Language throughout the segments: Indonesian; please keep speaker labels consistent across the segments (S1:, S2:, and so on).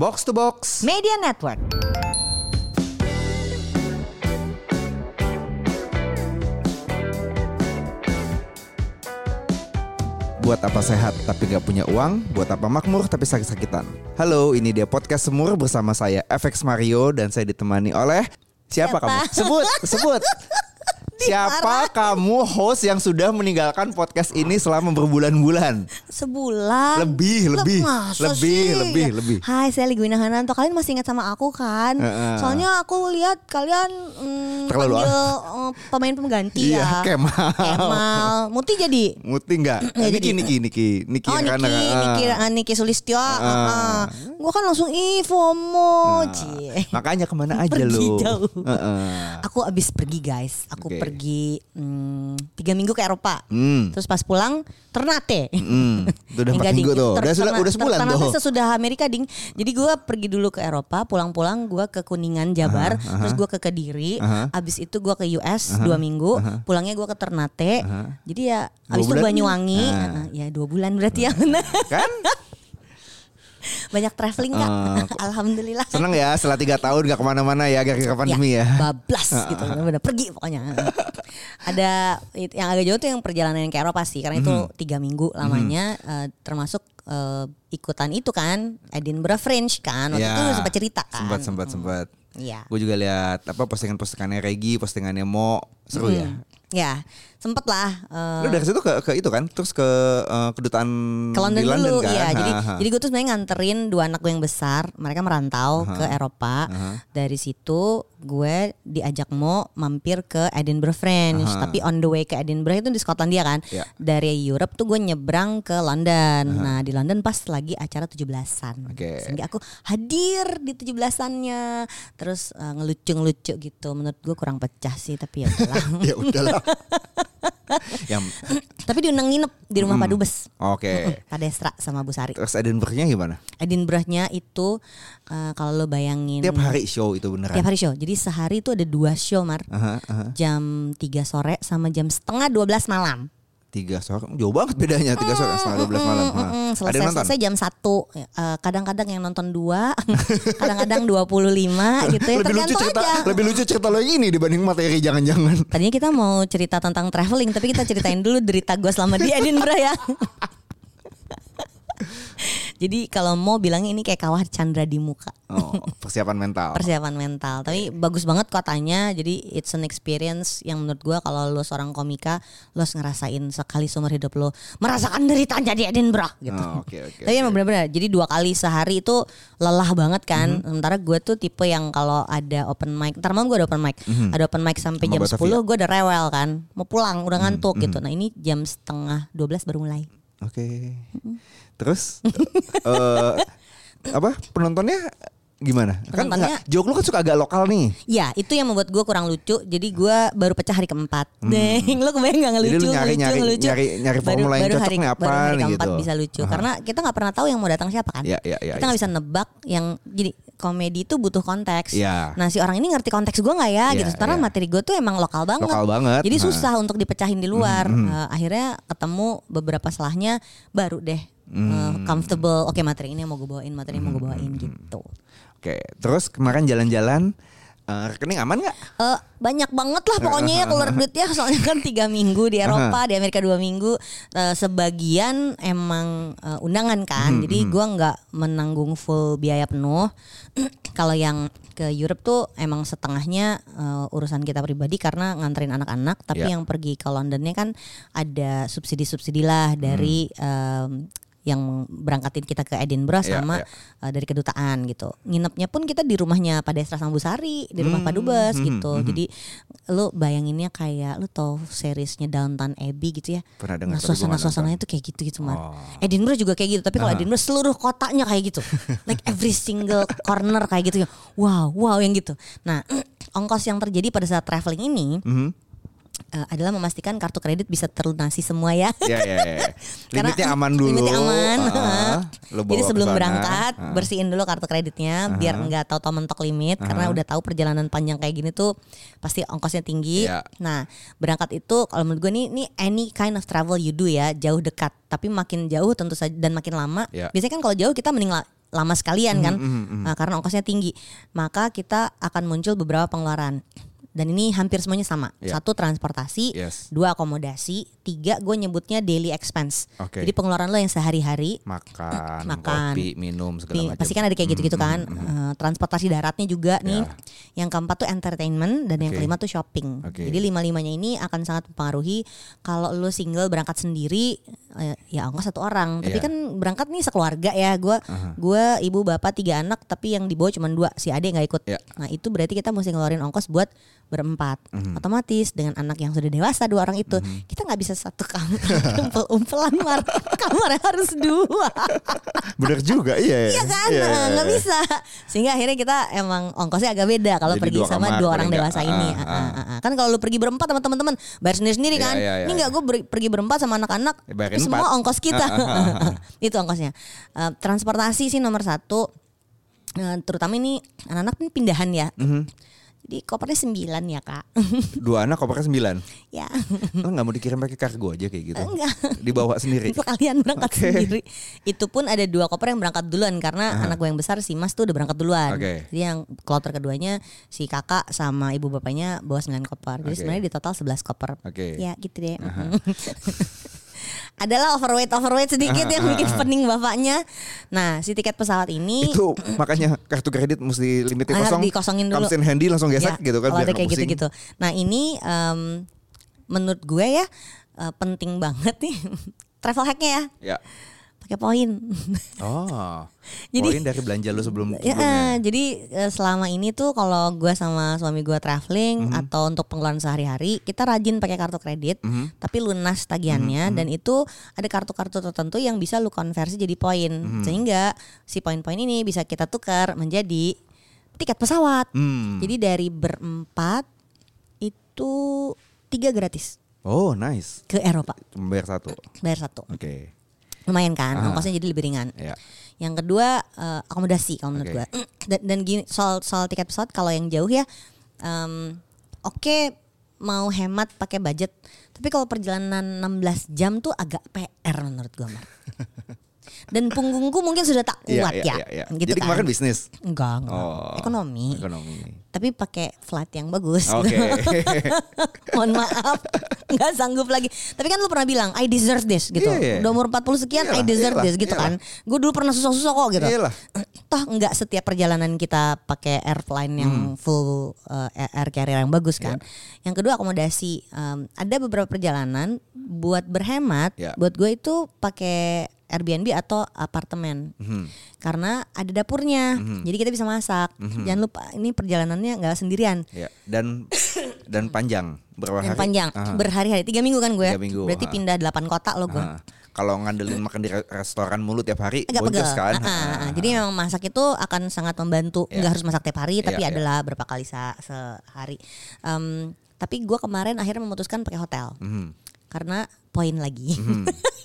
S1: Box to box.
S2: Media Network.
S1: Buat apa sehat tapi gak punya uang? Buat apa makmur tapi sakit-sakitan? Halo, ini dia podcast Semur bersama saya FX Mario dan saya ditemani oleh siapa,
S2: Siapa?
S1: kamu? Sebut, sebut. siapa kamu host yang sudah meninggalkan podcast ini selama berbulan-bulan?
S2: Sebulan.
S1: Lebih,
S2: Lah,
S1: lebih.
S2: masa
S1: Lebih,
S2: sih?
S1: lebih,
S2: Ya.
S1: lebih.
S2: Hai, saya Ligwina Hananto. Kalian masih ingat sama aku kan?
S1: Heeh.
S2: Soalnya aku lihat kalian mm,
S1: Terlalu ah.
S2: panggil eh, pemain pengganti
S1: Iya,
S2: ya.
S1: Kemal.
S2: Kemal. Muti jadi.
S1: Muti nggak? Eh,
S2: Nggak
S1: Niki,
S2: jadi.
S1: Niki, Niki, Niki,
S2: Oh
S1: yang
S2: Niki,
S1: kanan, ah.
S2: Niki, ah, Niki Sulistyo. ah, ah. Gua kan langsung ih FOMO. oh, Cie.
S1: Nah, Makanya kemana aja
S2: Pergi
S1: lu?
S2: jauh.
S1: Heeh.
S2: Aku abis pergi guys. Aku
S1: Oke.
S2: pergi mm, tiga minggu ke Eropa.
S1: Hmm.
S2: Terus pas pulang Ternate.
S1: Hmm, itu udah empat
S2: Eh, Enggak,
S1: minggu
S2: Ding.
S1: tuh.
S2: Ter-
S1: Udah sudah
S2: terna-
S1: udah sebulan
S2: ter-
S1: tuh.
S2: ternate sesudah Amerika ding. Jadi gua pergi dulu ke Eropa, pulang-pulang gua ke Kuningan Jabar, terus gua ke Kediri,
S1: Aha.
S2: abis itu gua ke US dua minggu, pulangnya gua ke Ternate. Jadi ya
S1: Dua
S2: abis itu
S1: bulan.
S2: Banyuwangi,
S1: Ah.
S2: ah, ya dua bulan berarti ya benar.
S1: Kan?
S2: Banyak traveling Kak.
S1: Ah.
S2: Alhamdulillah.
S1: Seneng ya setelah tiga tahun gak kemana-mana ya gara-gara pandemi ya.
S2: Bablas gitu, benar pergi pokoknya. Ada it- yang agak jauh tuh yang perjalanan ke Eropa sih,
S1: Hmm.
S2: karena itu tiga minggu lamanya, eh, termasuk eh, ikutan itu kan Edinburgh Fringe kan, waktu
S1: Ya.
S2: itu sempat cerita kan.
S1: Sempat sempat sempat.
S2: Iya.
S1: Gue juga lihat apa postingan-postingannya Regi, postingannya Mo, seru ya.
S2: Ya, sempet lah. eh,
S1: Lu dari situ ke, ke itu kan, terus ke eh, kedutaan
S2: ke London,
S1: di London
S2: dulu
S1: kan.
S2: ya. Jadi
S1: Ha, ha.
S2: jadi gue tuh sebenarnya nganterin dua anak gue yang besar, mereka merantau ke Eropa. Dari situ gue diajak mau mampir ke Edinburgh Fringe, tapi on the way ke Edinburgh itu di Skotlandia kan.
S1: Ya.
S2: Dari Europe tuh gue nyebrang ke London. Nah, di London pas lagi acara 17-an.
S1: Oke.
S2: Sehingga aku hadir di 17-annya. Terus eh, ngelucu-ngelucu gitu. Menurut gue kurang pecah sih, tapi ya udahlah.
S1: ya udahlah. Yang
S2: tapi diundang nginep di rumah Pak Dubes.
S1: Hmm. oke.
S2: Kadestra sama Bu Sari.
S1: Terus Edinburgh-nya gimana?
S2: Edinburgh-nya itu eh, kalau lo bayangin
S1: Tiap hari show itu beneran.
S2: tiap hari show. Jadi sehari itu ada dua show, Mar.
S1: Aha, aha.
S2: Jam 3 sore sama jam setengah 12 malam.
S1: Tiga sore, jauh banget bedanya tiga sore setengah dua belas malam. Ha. Ada
S2: Mm,
S1: yang
S2: selesai
S1: nonton?
S2: selesai jam 1. Eh, kadang-kadang yang nonton 2, kadang-kadang 25
S1: lebih
S2: gitu ya.
S1: lucu
S2: Tergantung
S1: cerita
S2: aja.
S1: lebih lucu cerita lo ini dibanding materi jangan-jangan
S2: Tadinya kita mau cerita tentang traveling, tapi kita ceritain dulu derita gue selama di Edinburgh ya. Jadi kalau mau bilang ini kayak kawah Chandra di muka.
S1: oh, persiapan mental
S2: persiapan mental tapi
S1: Iya.
S2: bagus banget kotanya jadi it's an experience yang menurut gua kalau lo seorang komika lo harus ngerasain sekali seumur hidup lo merasakan deritanya di Edinburgh gitu
S1: Oh, oke, oke,
S2: tapi
S1: oke.
S2: emang benar-benar jadi dua kali sehari itu lelah banget kan
S1: Mhm.
S2: sementara gue tuh tipe yang kalau ada open mic ntar malam gue ada open mic ada open mic sampai
S1: Mhm. Sama
S2: jam
S1: Batavia. Mhm,
S2: 10 gue udah rewel kan mau pulang udah ngantuk gitu nah ini jam setengah 12 baru mulai
S1: oke terus eh, apa penontonnya gimana kan
S2: Penontonnya-
S1: nggak- joke lu kan suka agak lokal nih
S2: Ya itu yang membuat gue kurang lucu Jadi gue baru pecah hari keempat Deng lo kebayang gak ngelucu
S1: Mhm. Jadi lu nyari-
S2: ngelucu,
S1: nyari-
S2: ngelucu.
S1: nyari- nyari formula yang cocok
S2: hari,
S1: nih
S2: Baru
S1: apaan
S2: hari keempat
S1: gitu.
S2: bisa lucu
S1: Aha.
S2: Karena kita gak pernah tahu yang mau datang siapa kan
S1: Ya, ya, ya,
S2: Kita gak bisa nebak yang Jadi komedi itu butuh konteks
S1: Ya.
S2: Nah si orang ini ngerti konteks gue gak ya
S1: Ya,
S2: gitu Sementara
S1: ya.
S2: materi gue tuh emang lokal banget
S1: Lokal banget, nah. Mm-hmm.
S2: Jadi
S1: ha.
S2: susah untuk dipecahin di luar Eh, Akhirnya ketemu beberapa selahnya Baru deh
S1: Mm.
S2: eh, comfortable Oke materi ini yang mau gue bawain Materi ini mau gue bawain
S1: Mm-hmm.
S2: gitu
S1: oke terus kemarin jalan-jalan eh, rekening aman nggak
S2: Eh, banyak banget lah pokoknya ya keluar duit ya soalnya kan tiga minggu di Eropa di Amerika dua minggu Eh, sebagian emang eh, undangan
S1: Hmm,
S2: kan jadi gua nggak menanggung full biaya penuh kalau yang ke Europe tuh emang setengahnya eh, urusan kita pribadi karena nganterin anak-anak tapi
S1: Ya.
S2: yang pergi ke Londonnya kan ada subsidi-subsidi lah dari em, yang berangkatin kita ke Edinburgh
S1: Hmm. Ya,
S2: sama
S1: ya.
S2: eh, dari kedutaan gitu. Nginepnya pun kita di rumahnya Pak Desra Sambusari, di rumah Pak
S1: Hmm,
S2: Dubes gitu. Jadi lu bayanginnya kayak lu tau seriesnya Downton Abbey gitu ya.
S1: Pernah dengar,
S2: Nah,
S1: tapi gua nggak
S2: suasana-suasananya tuh kayak gitu-gitu, Mar.
S1: Oh.
S2: Edinburgh juga kayak gitu, tapi kalau Edinburgh seluruh kotanya kayak gitu. like every single corner kayak gitu. Wow, wow yang gitu. Nah, ongkos yang terjadi pada saat traveling ini
S1: Mhm.
S2: eh, adalah memastikan kartu kredit bisa terlunasi semua ya.
S1: ya ya ya
S2: Karena
S1: limitnya aman dulu
S2: Limitnya aman.
S1: Ah, lu bawa
S2: Jadi sebelum
S1: ke sana.
S2: berangkat
S1: Ah.
S2: bersihin dulu kartu kreditnya biar nggak tahu-tahu mentok limit karena udah tahu perjalanan panjang kayak gini tuh pasti ongkosnya tinggi.
S1: Iya.
S2: Nah, berangkat itu kalau menurut gue nih ini any kind of travel you do ya, jauh dekat, tapi makin jauh tentu saja dan makin lama.
S1: Iya. Mhm,
S2: Biasanya kan kalau jauh kita mending la- lama sekalian kan Nah, karena ongkosnya tinggi maka kita akan muncul beberapa pengeluaran dan ini hampir semuanya sama
S1: Ya.
S2: satu transportasi
S1: Yes.
S2: dua akomodasi tiga gue nyebutnya daily expense
S1: Oke.
S2: jadi pengeluaran lo yang sehari-hari
S1: Makan,
S2: Makan.
S1: kopi, minum segala
S2: Nih,
S1: macam. Hmm,
S2: pasti kan ada kayak gitu-gitu kan Eh, transportasi daratnya juga nih yang keempat tuh entertainment dan yang
S1: Ya. Oke.
S2: kelima tuh shopping
S1: Oke.
S2: jadi lima limanya ini akan sangat mempengaruhi kalau lu single berangkat sendiri eh, ya ongkos satu orang
S1: Iya.
S2: tapi kan berangkat nih sekeluarga ya gua gua ibu bapak tiga anak tapi yang dibawa cuma dua si ade nggak ikut
S1: Iya.
S2: nah itu berarti kita mesti ngeluarin ongkos buat berempat
S1: Mhm.
S2: otomatis dengan anak yang sudah dewasa dua orang itu kita nggak bisa satu kamar umpel umpelan mar kamarnya harus dua
S1: Bener juga, iya.
S2: Iya kan,
S1: Iya,
S2: eh, nggak
S1: iya.
S2: bisa. Sehingga akhirnya kita emang ongkosnya agak beda kalau
S1: Jadi
S2: pergi
S1: dua
S2: sama
S1: kamar
S2: dua
S1: paling
S2: orang
S1: nggak.
S2: dewasa ini.
S1: Ah,
S2: Ah, ah, ah, ah. Kan kalau lu pergi berempat sama teman-teman, bayar sendiri-sendiri
S1: Iya,
S2: kan.
S1: iya, iya,
S2: ini nggak gue pergi berempat sama anak-anak,
S1: Ya, bayarin
S2: tapi semua
S1: empat. ah,
S2: ongkos kita. Itu ongkosnya. Eh, transportasi sih nomor satu. Eh, terutama ini anak-anak kan pindahan ya.
S1: Mhm.
S2: Jadi kopernya sembilan ya kak.
S1: Dua anak kopernya sembilan.
S2: ya.
S1: Lo nggak mau dikirim pakai kargo aja kayak gitu?
S2: Enggak.
S1: Dibawa sendiri.
S2: Untuk kalian berangkat
S1: Oke.
S2: sendiri. Itu pun ada dua koper yang berangkat duluan karena anak gue yang besar si Mas tuh udah berangkat duluan.
S1: Oke.
S2: Jadi yang kloter keduanya si kakak sama ibu bapaknya bawa 9 koper. Jadi
S1: Oke.
S2: sebenarnya di total 11 koper.
S1: Oke.
S2: Ya gitu deh. Adalah overweight overweight sedikit yang bikin pening bapaknya. Nah, si tiket pesawat ini
S1: Itu makanya kartu kredit mesti limitnya
S2: Harus
S1: kosong.
S2: dikosongin dulu.
S1: Comes in handy langsung gesek
S2: Ya,
S1: gitu kan.
S2: kalau
S1: biar
S2: ada
S1: nggak
S2: kayak
S1: pusing.
S2: gitu-gitu. Nah ini em, menurut gue ya eh, penting banget nih travel hacknya ya
S1: Ya.
S2: pakai poin.
S1: Oh.
S2: Jadi-
S1: poin dari belanja lu sebelum
S2: Ya, eh,
S1: sebelumnya.
S2: jadi eh, selama ini tuh kalau gue sama suami gue traveling atau untuk pengeluaran sehari-hari kita rajin pakai kartu kredit, tapi lunas tagihannya dan itu ada kartu-kartu tertentu yang bisa lu konversi jadi poin sehingga si poin-poin ini bisa kita tukar menjadi tiket pesawat.
S1: Hmm.
S2: Jadi dari berempat itu tiga gratis
S1: Oh, nice.
S2: ke Eropa
S1: Cuma bayar satu. Oke.
S2: bayar satu lumayan kan
S1: Ah.
S2: ongkosnya jadi lebih ringan.
S1: Ya.
S2: Yang kedua eh, akomodasi kalau menurut
S1: Oke.
S2: gua. Dan, dan gini soal soal tiket pesawat kalau yang jauh ya em, oke mau hemat pakai budget. Tapi kalau perjalanan 16 jam tuh agak PR menurut gua. Mar. Dan punggungku mungkin sudah tak
S1: Iya,
S2: kuat
S1: iya,
S2: ya.
S1: iya, iya.
S2: Gitu
S1: Jadi
S2: kan.
S1: kemarin bisnis.
S2: Enggak, enggak.
S1: Oh.
S2: ekonomi.
S1: Ekonomi.
S2: Tapi pakai flight yang bagus.
S1: Oke.
S2: Mohon maaf, nggak sanggup lagi. Tapi kan lu pernah bilang I deserve this gitu.
S1: Iya.
S2: Udah umur 40 sekian I
S1: Iyalah,
S2: deserve
S1: iyalah,
S2: this gitu
S1: iyalah.
S2: kan. Gue dulu pernah susah-susah kok gitu.
S1: Iyalah.
S2: Toh nggak setiap perjalanan kita pakai airline yang
S1: Hmm.
S2: full uh, air carrier yang bagus kan.
S1: Iya.
S2: Yang kedua akomodasi. Um, ada beberapa perjalanan buat berhemat,
S1: Ya.
S2: buat gue itu pakai Airbnb atau apartemen
S1: Hmm.
S2: karena ada dapurnya, jadi kita bisa masak.
S1: Hmm.
S2: Jangan lupa ini perjalanannya nggak sendirian,
S1: Ya. Dan dan panjang berapa
S2: yang
S1: hari?
S2: panjang
S1: Aha.
S2: berhari-hari tiga minggu kan gue
S1: Tiga minggu,
S2: berarti
S1: ah.
S2: pindah delapan kota lo gue
S1: Ah, kalau ngandelin makan di re- restoran mulu tiap hari
S2: agak pegel
S1: boncos kan.
S2: Ah, ah, ah.
S1: Ah,
S2: jadi memang masak itu akan sangat membantu
S1: Iya.
S2: nggak harus masak tiap hari tapi
S1: Iya, iya.
S2: adalah berapa kali sa- sehari Em, tapi gue kemarin akhirnya memutuskan pakai hotel
S1: mhm.
S2: karena poin lagi
S1: Mm-hmm.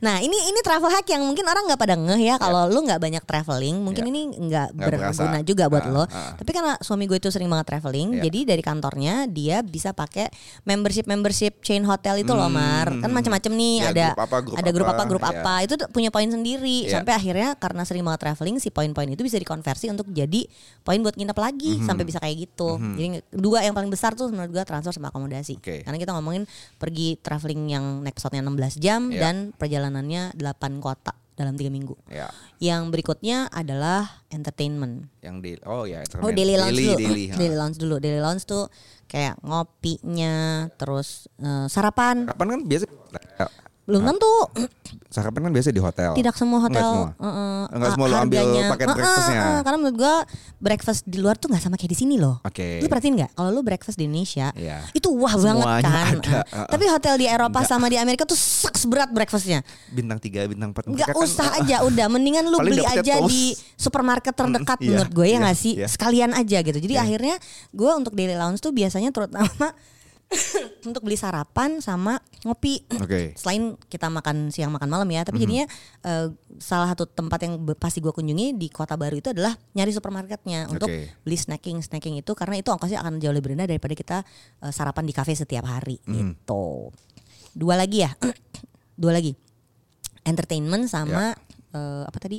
S2: Nah ini ini travel hack yang mungkin orang nggak pada ngeh ya kalau lu nggak banyak traveling
S1: Ya.
S2: mungkin ini nggak
S1: Iya. Nggak berasa.
S2: berguna juga buat
S1: Ah,
S2: lo.
S1: ah.
S2: Tapi karena suami gue itu sering banget traveling,
S1: Ya.
S2: jadi dari kantornya dia bisa pakai membership membership chain hotel itu loh Mar. Kan macam-macam nih
S1: Ya,
S2: ada
S1: grup apa, grup
S2: ada grup apa,
S1: apa,
S2: grup
S1: ya.
S2: apa itu tuh punya poin sendiri
S1: Ya.
S2: sampai akhirnya karena sering banget traveling si poin-poin itu bisa dikonversi untuk jadi poin buat nginep lagi
S1: Mm-hmm.
S2: sampai bisa kayak gitu. Jadi dua yang paling besar tuh menurut gue transfer sama akomodasi.
S1: Oke.
S2: Karena kita ngomongin pergi traveling yang naik pesawatnya 16 jam
S1: Iya.
S2: dan perjalanannya 8 kota dalam tiga minggu.
S1: Ya,
S2: Yang berikutnya adalah entertainment.
S1: yang di oh ya
S2: Oh daily lounge dulu,
S1: daily, ah.
S2: daily lounge dulu, daily lounge tuh kayak ngopinya, terus eh, sarapan.
S1: Sarapan kan biasa
S2: Belum tentu,
S1: sarapan kan biasa di hotel.
S2: tidak semua
S1: Enggak
S2: hotel.
S1: semua.
S2: eh, eh,
S1: Enggak semua lo ambil
S2: harganya-
S1: paket
S2: Eh, eh,
S1: breakfastnya.
S2: eh, karena menurut gua breakfast di luar tuh nggak sama kayak di sini loh.
S1: Oke.
S2: Lu perhatiin nggak? Kalau lu breakfast di Indonesia,
S1: Iya.
S2: itu wah banget
S1: Semuanya
S2: kan.
S1: ada,
S2: Eh,
S1: eh, eh.
S2: Tapi hotel di Eropa sama di Amerika tuh seks berat breakfastnya.
S1: Bintang 3, bintang kan, 4
S2: Nggak usah
S1: eh,
S2: aja udah mendingan lu
S1: Paling
S2: beli
S1: dapetnya
S2: aja
S1: toast.
S2: di supermarket terdekat
S1: iya,
S2: menurut gue ya
S1: iya,
S2: nggak sih
S1: iya.
S2: sekalian aja gitu jadi
S1: Iya.
S2: akhirnya gue untuk daily lounge tuh biasanya terutama untuk beli sarapan sama ngopi
S1: Oke. Mm-hmm.
S2: selain kita makan siang makan malam ya tapi jadinya eh, salah satu tempat yang be- pasti gue kunjungi di kota baru itu adalah nyari supermarketnya untuk
S1: Oke.
S2: beli snacking snacking itu karena itu ongkosnya akan jauh lebih rendah daripada kita eh, sarapan di kafe setiap hari
S1: Mm.
S2: gitu dua lagi ya dua lagi entertainment sama eh, apa tadi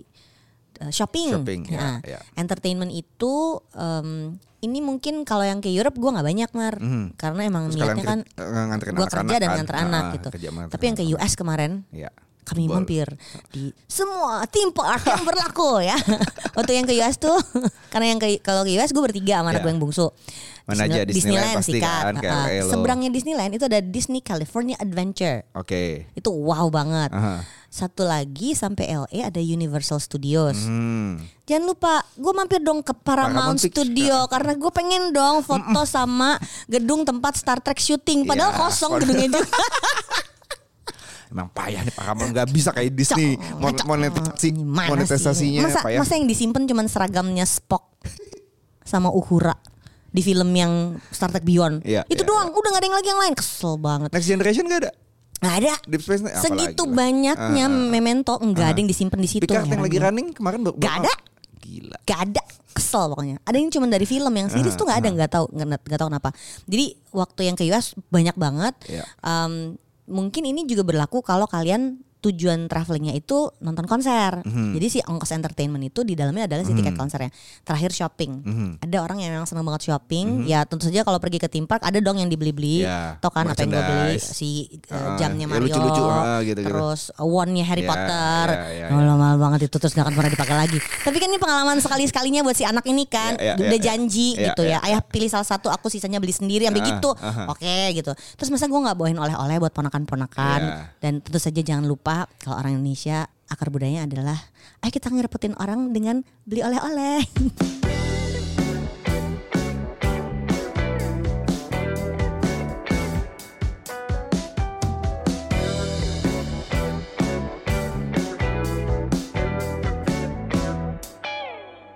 S2: eh, shopping.
S1: Ya. Shopping, ya,
S2: Nah,
S1: ya.
S2: Entertainment itu em, ini mungkin kalau yang ke Europe gua nggak banyak mar,
S1: Mhm.
S2: karena emang
S1: Terus
S2: niatnya
S1: kalian
S2: kan
S1: ke- eh, nganterin
S2: gua
S1: anak-anak
S2: kerja dan
S1: kan.
S2: nganter
S1: Ah,
S2: anak
S1: ah,
S2: gitu.
S1: kerja sama
S2: Tapi yang ke US kemarin
S1: Iya.
S2: kami
S1: Bol.
S2: mampir di semua tim park yang berlaku ya. Untuk yang ke US tuh karena yang ke kalau ke US gue bertiga sama anak
S1: Ya.
S2: gue yang bungsu.
S1: Mana aja Disneyland pasti
S2: sikat.
S1: kan, kayak
S2: Heeh.
S1: kayak lo.
S2: Seberangnya Disneyland itu ada Disney California Adventure.
S1: Oke.
S2: Itu wow banget.
S1: Aha.
S2: Satu lagi sampai LA ada Universal Studios.
S1: Hmm.
S2: Jangan lupa, gue mampir dong ke Paramount,
S1: Paramount Pictures.
S2: Studio karena gue pengen dong foto sama gedung tempat Star Trek syuting. Padahal
S1: Ya,
S2: kosong
S1: padahal-
S2: gedungnya juga.
S1: Emang payah nih Paramount nggak bisa kayak Disney Mon-
S2: Kacau.
S1: monetisasi
S2: Gimana sih?
S1: monetisasinya
S2: masa,
S1: payah.
S2: masa yang disimpan cuman seragamnya Spock sama Uhura di film yang Star Trek Beyond.
S1: Iya, iya,
S2: Itu doang, udah gak ada yang lagi yang lain. Kesel banget.
S1: Next Generation gak ada?
S2: Gak ada.
S1: Deep Space Nine, apalagi
S2: Segitu
S1: lah. Ah,
S2: banyaknya memento enggak ada yang disimpan di situ.
S1: Picard yang
S2: heran
S1: lagi
S2: gua.
S1: running kemarin baru-
S2: Nggak ada.
S1: Gila.
S2: Gak ada kesel pokoknya. Ada yang cuma dari film yang series tuh nggak ada nggak tahu nggak nggak tahu kenapa. Jadi waktu yang ke US banyak banget.
S1: Iya.
S2: Em, mungkin ini juga berlaku kalau kalian tujuan travelingnya itu nonton konser.
S1: Mhm.
S2: Jadi si ongkos entertainment itu di dalamnya adalah si tiket konsernya. Terakhir shopping.
S1: Mhm.
S2: Ada orang yang memang senang banget shopping. Ya tentu saja kalau pergi ke theme park ada dong yang dibeli-beli.
S1: Iya,
S2: Toh kan apa yang gue beli
S1: merchandise.
S2: si eh,
S1: Ah, ya
S2: jamnya Mario,
S1: lucu-lucu, ah, gitu-gitu.
S2: terus wandnya Harry
S1: Iya,
S2: Potter.
S1: iya, iya, iya.
S2: Oh, Lo mahal banget itu terus gak akan pernah dipakai lagi. Tapi kan ini pengalaman sekali sekalinya buat si anak ini kan
S1: Iya, iya,
S2: udah
S1: iya,
S2: janji
S1: iya,
S2: gitu
S1: iya,
S2: ya. Ayah pilih salah satu, aku sisanya beli sendiri
S1: Ah,
S2: sampai gitu.
S1: ah.
S2: Oke gitu. Terus masa gue nggak bawain oleh-oleh buat ponakan-ponakan
S1: Iya.
S2: dan tentu saja jangan lupa kalau orang Indonesia akar budayanya adalah ayo kita ngerepotin orang dengan beli oleh-oleh.